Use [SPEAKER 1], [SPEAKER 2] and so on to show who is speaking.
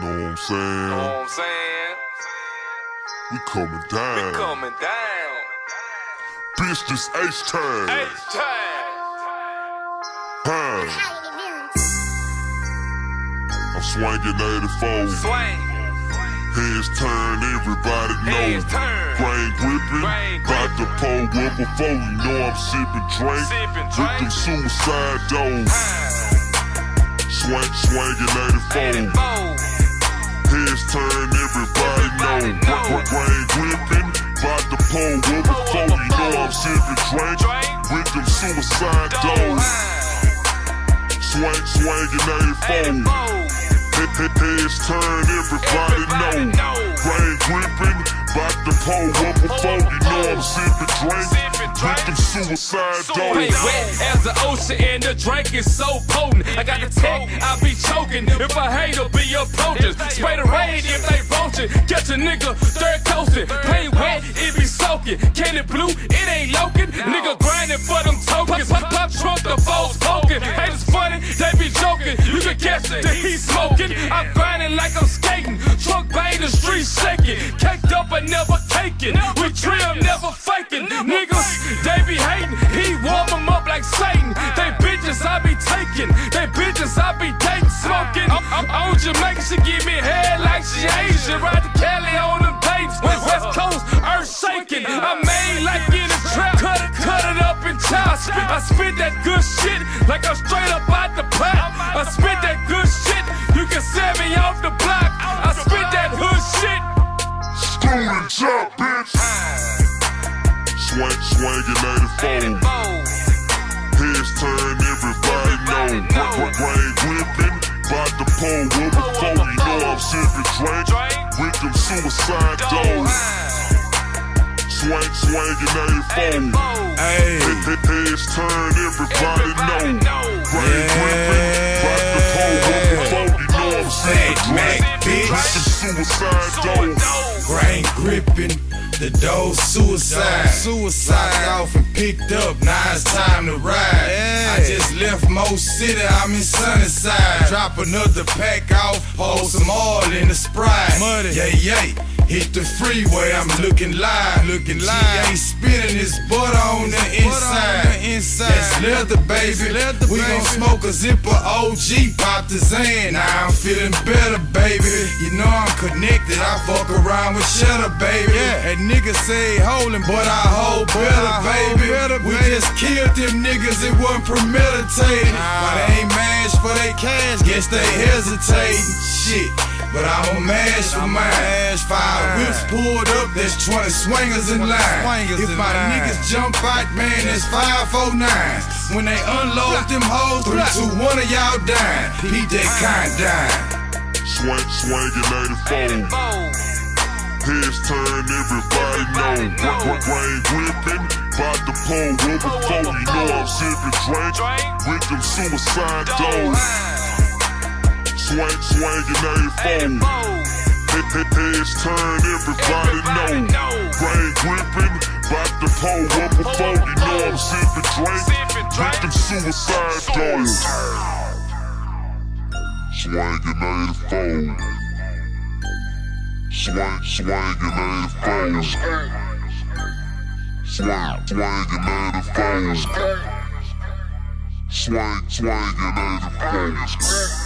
[SPEAKER 1] Know what I'm
[SPEAKER 2] Know
[SPEAKER 1] saying?
[SPEAKER 2] what I'm saying?
[SPEAKER 1] We coming down.
[SPEAKER 2] We coming down.
[SPEAKER 1] Bitch, this H-Time.
[SPEAKER 2] H time.
[SPEAKER 1] Time. I'm swinging 84.
[SPEAKER 2] Swing.
[SPEAKER 1] Heads turned, everybody
[SPEAKER 2] Heads
[SPEAKER 1] know.
[SPEAKER 2] turned.
[SPEAKER 1] Brain gripping.
[SPEAKER 2] Brain
[SPEAKER 1] About to pull up before you know I'm sipping drink.
[SPEAKER 2] Sipping
[SPEAKER 1] With them
[SPEAKER 2] drink.
[SPEAKER 1] suicide doors.
[SPEAKER 2] Time.
[SPEAKER 1] Swing, swinging 84.
[SPEAKER 2] 84.
[SPEAKER 1] Heads turned, everybody know.
[SPEAKER 2] Everybody know.
[SPEAKER 1] Bra- Brain gripping. About to pull up
[SPEAKER 2] Pull up
[SPEAKER 1] before you know
[SPEAKER 2] before.
[SPEAKER 1] I'm sipping drink.
[SPEAKER 2] Drink.
[SPEAKER 1] With them suicide doors.
[SPEAKER 2] Dough.
[SPEAKER 1] Swag, swagin' 84.
[SPEAKER 2] 84.
[SPEAKER 1] Hit, hit, heads turn, everybody
[SPEAKER 2] Everybody
[SPEAKER 1] know.
[SPEAKER 2] know.
[SPEAKER 1] Brain gripping, bout to pull up before you know I'm sippin' drink.
[SPEAKER 2] Sippin' drink.
[SPEAKER 1] With them suicide
[SPEAKER 2] Suicide
[SPEAKER 3] Hey,
[SPEAKER 1] doors.
[SPEAKER 3] wet as the ocean and the drink is so potent. I got the tech, I'll be choking. If I hate, will be approaching. Spray the raid if they roaching. Catch a nigga, third coasting. Plain wet, it be soaking. Candy blue, it ain't loking. Nigga grinding for them tokens. Pop, pop, drunk, the foes poking. Haters funny, they be joking. You can catch it, that he smoking. I'm grinding like I'm skating. Drunk, bang, the street shaking. Caked up, I never taking. We trim, never faking. Niggas, they be hating. He warm 'em up like Satan. They bitches I be taking. They bitches I be dating, smoking. I'm, I'm on Jamaica, she give me head like she Asian. Ride to Cali on them dates. West Coast, earth shaking. I'm made like in a trap. Cut it, cut it up and chop. I spit, I spit that good shit like I'm straight up out the pot. I spit that good shit. You can send me off the block. I spit that hood shit.
[SPEAKER 1] Student job, bitch. Swag, swangin' 84.
[SPEAKER 2] 84.
[SPEAKER 1] Heads turn, everybody know.
[SPEAKER 2] Everybody know.
[SPEAKER 1] Bra- Brain gripping, bout to pull up before you know I'm sippin' drink.
[SPEAKER 2] Drink.
[SPEAKER 1] With them suicide doors.
[SPEAKER 2] Dough.
[SPEAKER 1] Swag, swangin' 84.
[SPEAKER 2] 84.
[SPEAKER 1] Hit,
[SPEAKER 4] Hey,
[SPEAKER 1] hit, heads turn, everybody know.
[SPEAKER 2] Everybody know.
[SPEAKER 1] Brain gripping, bout to pull up before you know I'm
[SPEAKER 4] Fat
[SPEAKER 1] sippin'
[SPEAKER 4] Mac,
[SPEAKER 1] drink.
[SPEAKER 4] bitch.
[SPEAKER 1] With them suicide doors.
[SPEAKER 2] Dough.
[SPEAKER 4] Brain gripping. The dough suicide. Suicide off and picked up. Now it's time to ride. I just left Mo City. I'm in Sunnyside. Drop another pack off. Hold some oil in the sprite. Muddy. Yay, yay. Hit the freeway. I'm looking live. Looking live. ain't spinning his butt on the inside. That's leather, baby. we gon' smoke a zipper. OG pop the Zan. Now I'm feeling better, baby. You know I'm connected. I fuck around with Shutter, baby. Yeah, and niggas say holding, but I hold better, baby. we just killed them niggas. It wasn't premeditated. Why they ain't mash for they cash? Guess they hesitating. Shit. But I'm a mash for my ass. Five whips pulled up, there's 20 swingers in line. if my niggas jump out, man, it's 549s. When they unload them hoes, three, two, one of y'all dying. Pete that kind dying.
[SPEAKER 1] Swag, swangin' 84.
[SPEAKER 2] 84.
[SPEAKER 1] Heads turn, everybody know. Bra- bra- Brain gripping, bout to pull up before you know I'm sippin' drink. With them suicide
[SPEAKER 2] Dough.
[SPEAKER 1] doors. Swag, swangin' 84.
[SPEAKER 2] 84.
[SPEAKER 1] Hit, hit, heads turn, everybody
[SPEAKER 2] Everybody
[SPEAKER 1] know.
[SPEAKER 2] know.
[SPEAKER 1] Brain gripping, bout to pull up before you know I'm sippin' drink.
[SPEAKER 2] Sippin' drink.
[SPEAKER 1] With them suicide doors. Swangin' 84. Swag, swangin' 84. Swag, swangin' 84. Swag, swangin' 84.